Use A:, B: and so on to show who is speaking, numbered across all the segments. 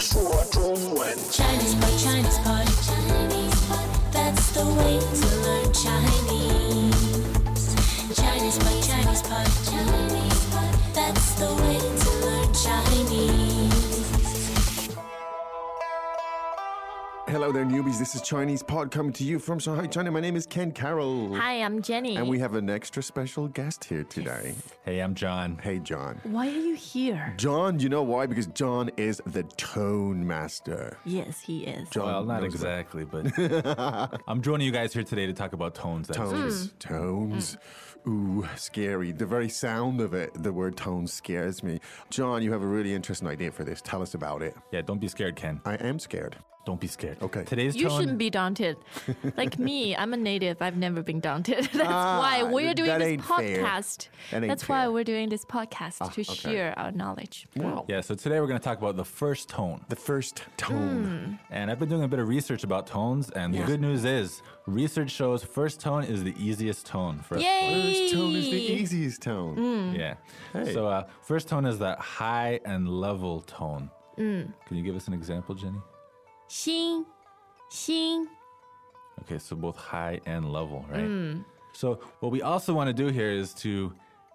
A: 说中文。
B: Chinese pot, Chinese pot, Chinese pot. That's the way to learn Chinese. Chinese pot, Chinese pot, Chinese pot. That's the way to learn Chinese.
C: Hello there, newbies. This is Chinese Pod coming to you from Shanghai, China. My name is Ken Carroll.
D: Hi, I'm Jenny.
C: And we have an extra special guest here today.
E: Hey, I'm John.
C: Hey, John.
D: Why are you here?
C: John, you know why? Because John is the tone master.
D: Yes, he is.
C: John
E: Well, not
C: knows about
E: exactly, but I'm joining you guys here today to talk about tones. actually.
C: Tones. Tones. Ooh, scary. The very sound of it, the word tone scares me. John, you have a really interesting idea for this. Tell us about it.
E: Yeah, don't be scared, Ken.
C: I am scared.
E: Don't be scared.
C: Okay.
E: Today's
D: You
E: tone.
D: shouldn't be daunted. Like me, I'm a native. I've never been daunted. That's
C: Ah,
D: why we're doing
C: that
D: this
C: ain't fair.
D: podcast.
C: That ain't
D: That's why
C: fair. Ah,
D: we're doing this podcast to share our knowledge.
C: Wow.
E: yeah, so today we're going to talk about the first tone.
C: The first tone.
E: And I've been doing a bit of research about tones, and the good news is research shows first tone is the easiest tone for us.
D: Yay!
C: First tone is the easiest tone.
E: Yeah. So, uh, first tone is that high and level tone.
D: Mm.
E: Can you give us an example, Jenny?
D: Xing, xing.
E: Okay, so both high and level, right? So, what we also want to do here is to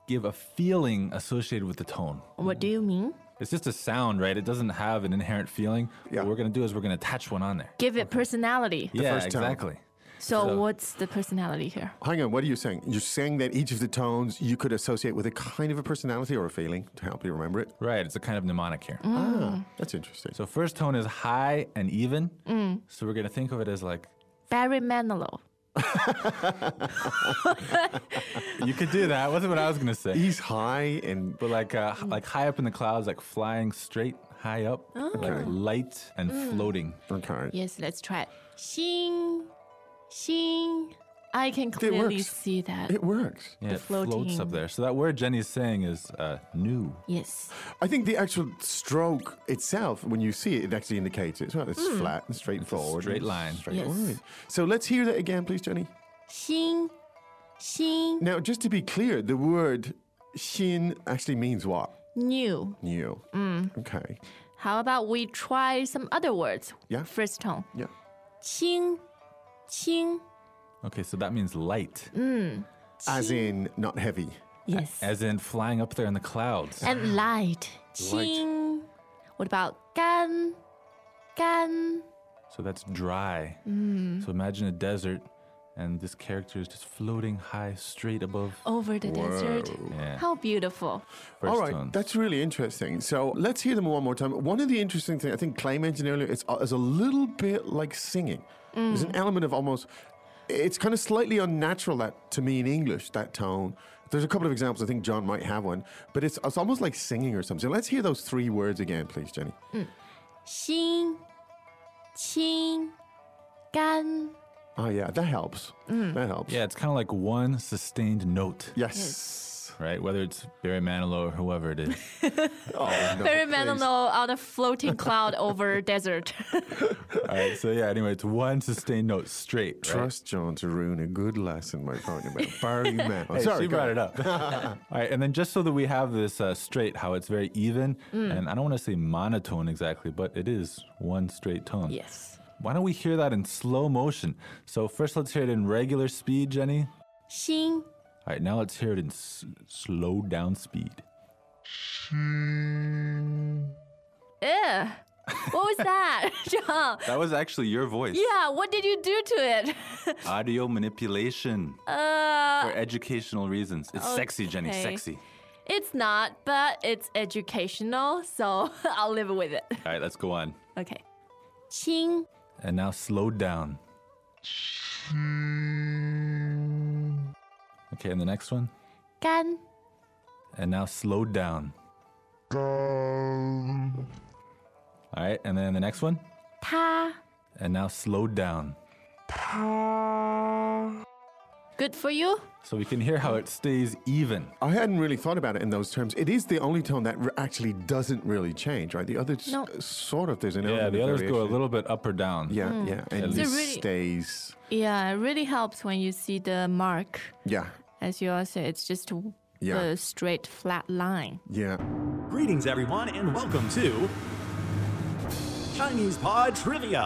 E: give a feeling associated with the tone.
D: What do you mean?
E: It's just a sound, right? It doesn't have an inherent feeling.
C: Yeah.
E: What we're going to do is we're going to attach one on there.
D: Give it personality.
E: yeah,
C: first tone.
E: exactly.
D: So,
E: So-
D: what's the personality here?
C: Hang on, what are you saying? You're saying that each of the tones you could associate with a kind of a personality or a feeling to help you remember it?
E: Right, it's a kind of mnemonic here.
C: Ah, that's interesting.
E: So first tone is high and even. So we're going to think of it as like
D: Barry Manilow.
E: you could do that. Wasn't what I was going to say.
C: he's high and
E: But like uh, h- like high up in the clouds, like flying straight high up, like light and floating.
C: okay.
D: Yes, let's try it. Xing, xing. I can clearly
C: works.
D: see that.
C: It works.
E: Yeah, it floats
D: floating.
E: up there. So that word Jenny's saying is uh, new.
D: yes.
C: I think the actual stroke itself, when you see it, it actually indicates it. as well. It's flat and straightforward.
E: straight
C: and
E: line.
C: Straightforward.
D: Yes.
C: So let's hear that again, please, Jenny.
D: 心心
C: Now, just to be clear, the word shin actually means what?
D: new.
C: New. Okay.
D: How about we try some other words?
C: Yeah.
D: First tone.
C: Yeah.
D: 清清
E: Okay, so that means light,
C: As in not heavy.
D: Yes.
E: as in flying up there in the clouds.
D: And light. 清 What about 干干
E: So that's dry.
C: Mm.
E: So imagine a desert, and this character is just floating high, straight above.
D: over the desert?
E: Yeah.
D: How beautiful.
E: First
C: Oh, All right,
E: tone.
C: that's really interesting. So let's hear them one more time. One of the interesting things I think Clay mentioned earlier is, uh, is a little bit like singing. There's an element of almost. It's kind of slightly unnatural that to me in English that tone. There's a couple of examples. I think John might have one, but it's it's almost like singing or something. Let's hear those three words again, please, Jenny.
D: 心清干
C: Oh yeah, that helps. That helps.
E: yeah, it's kind of like one sustained note,
C: Yes.
E: right? Whether it's Barry Manilow or whoever it is.
C: Oh, no,
D: Very
C: please.
D: mellow on a floating cloud over desert.
E: All right, so yeah, anyway, it's one sustained note straight. right?
C: Trust John to ruin a good lesson by talking about Barry Man.
E: Hey,
C: Sorry,
E: she
C: go
E: brought
C: ahead.
E: it up. All right, and then just so that we have this uh, straight, how it's very even,
C: Mm.
E: and I don't want to say monotone exactly, but it is one straight tone.
D: yes.
E: Why don't we hear that in slow motion? So first, let's hear it in regular speed, Jenny.
D: 心
E: All right, now let's hear it in s- slow down speed.
D: Ew. What was that, John?
E: That was actually your voice.
D: Yeah, what did you do to it?
E: Audio manipulation
D: Uh,
E: for educational reasons. It's sexy, Jenny,
D: okay.
E: sexy.
D: it's not, but it's educational, so I'll live with it.
E: All right, let's go on.
D: Okay. Qing,
E: And now slow down. Okay, and the next one.
D: gan,
E: And now slow down. All right, and then the next one.
D: ta.
E: And now slow down.
D: Good for you?
E: So we can hear how it stays even.
C: I hadn't really thought about it in those terms. It is the only tone that r actually doesn't really change, right? The others
D: No.
C: s- sort of there's an
E: Yeah,
C: element
E: the
C: of
E: others go a
C: variation.
E: little bit up or down.
C: Yeah, yeah, and
E: At
C: it
D: least. Mm. really-
C: stays.
D: Yeah, it really helps when you see the mark.
C: Yeah,
D: As you all say, it's just w-
C: Yeah.
D: a straight, flat line.
C: yeah.
F: Greetings, everyone, and welcome to
A: Chinese Pod Trivia.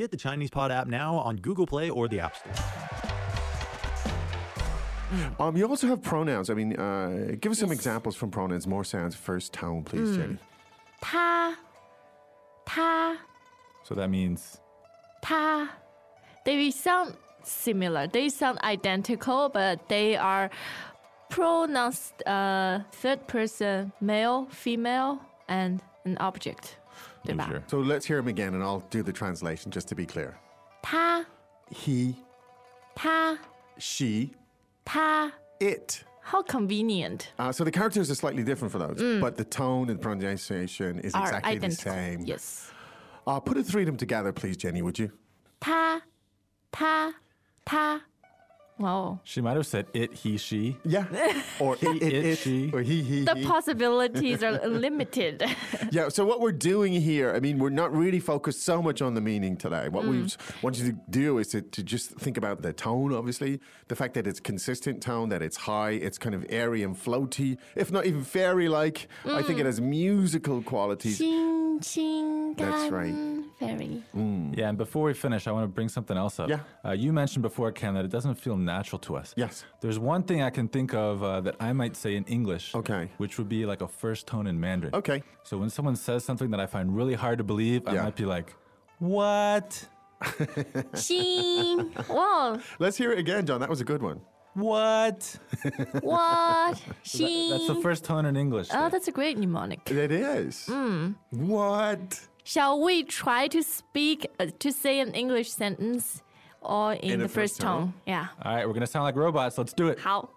A: Get the Chinese Pod app now on Google Play or the App Store.
C: Um, you also have pronouns. I mean, uh, give us some examples from pronouns. More sounds. First tone, please,
D: Mm.
C: Jenny.
D: 他他
E: So that means
D: 他 they sound similar. They sound identical, but they are pronounced uh, third person, male, female, and an object. 对吧？
E: user.
C: So let's hear them again, and I'll do the translation just to be clear.
D: 他
C: He,
D: 他
C: she,
D: 他
C: it.
D: How convenient.
C: Uh, so the characters are slightly different for those, but the tone and pronunciation is
D: Mm. Are
C: exactly the
D: identical.
C: same.
D: Yes.
C: Uh, put the three of them together, please, Jenny, would you?
D: 他他他 Wow.
E: She might have said it, he, she.
C: Yeah. or it, it,
E: it,
C: it,
E: she.
C: or he, he,
D: The
C: he.
D: possibilities are limited.
C: Yeah, so what we're doing here, I mean, we're not really focused so much on the meaning today. What we s- want you to do is to, to just think about the tone, obviously, the fact that it's consistent tone, that it's high, it's kind of airy and floaty, if not even fairy like. I think it has musical qualities.
D: 轻轻
C: That's
D: 感
C: right.
D: very.
E: Yeah, and before we finish, I want to bring something else up.
C: Yeah.
E: Uh, you mentioned before, Ken, that it doesn't feel natural to us.
C: Yes.
E: There's one thing I can think of uh, that I might say in English.
C: Okay.
E: Which would be like a first tone in Mandarin.
C: Okay.
E: So when someone says something that I find really hard to believe, I
C: Yeah.
E: might be like, what?
D: 轻 wow
C: Let's hear it again, John. That was a good one.
E: What?
D: what 轻
E: That's the first tone in English.
D: Oh,
E: there.
D: that's a great mnemonic.
C: It is. What?
D: Shall we try to speak uh, to say an English sentence or in,
C: In
D: the
C: the
D: first
C: first Uh, tone?
D: tone? Yeah.
E: All right, we're going to sound like robots. Let's do it.
D: How?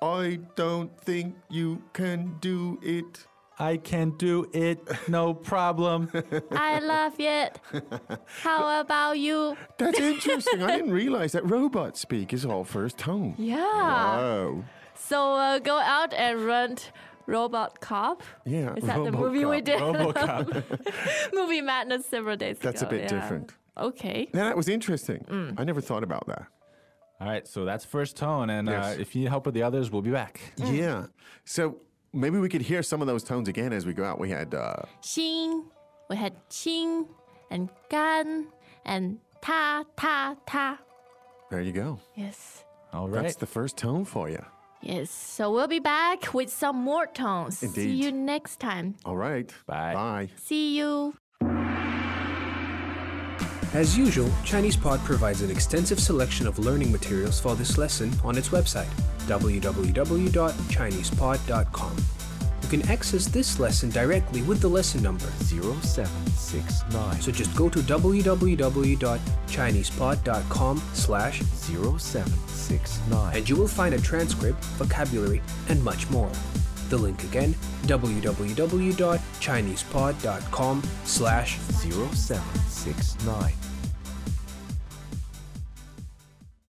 C: I don't think you can do it.
E: I can do it, no problem.
D: I love it. How about you?
C: That's interesting. I didn't realize that robot speak is all first tone.
D: Yeah.
C: Wow.
D: So uh, go out and rent Robot Cop.
C: Yeah.
D: Is that the movie we
C: RoboCop.
D: did?
E: RoboCop.
D: movie Madness several days
C: That's a
D: ago.
C: bit
D: yeah. Mm.
C: different.
D: Okay.
C: Now that was interesting. I never thought about that.
E: All right, so that's first tone. And
C: Yes.
E: uh, if you need help with the others, we'll be back.
D: Mm.
C: Yeah. So maybe we could hear some of those tones again as we go out. We had uh,
D: Xing. We had Qing and Gan and Ta, Ta, Ta.
C: there you go.
D: Yes.
E: All right.
C: That's the first tone for you.
D: Yes, so we'll be back with some more tones. See
C: Indeed.
D: you next time.
C: All right.
E: Bye.
C: Bye.
D: See you.
G: As usual, ChinesePod provides an extensive selection of learning materials for this lesson on its website, www.chinesepod.com. You can access this lesson directly with the lesson number,
H: 0769
G: so just go to www.chinesepod.com slash
H: 0769
G: and you will find a transcript, vocabulary, and much more. The link again, www.chinesepod.com slash
H: 0769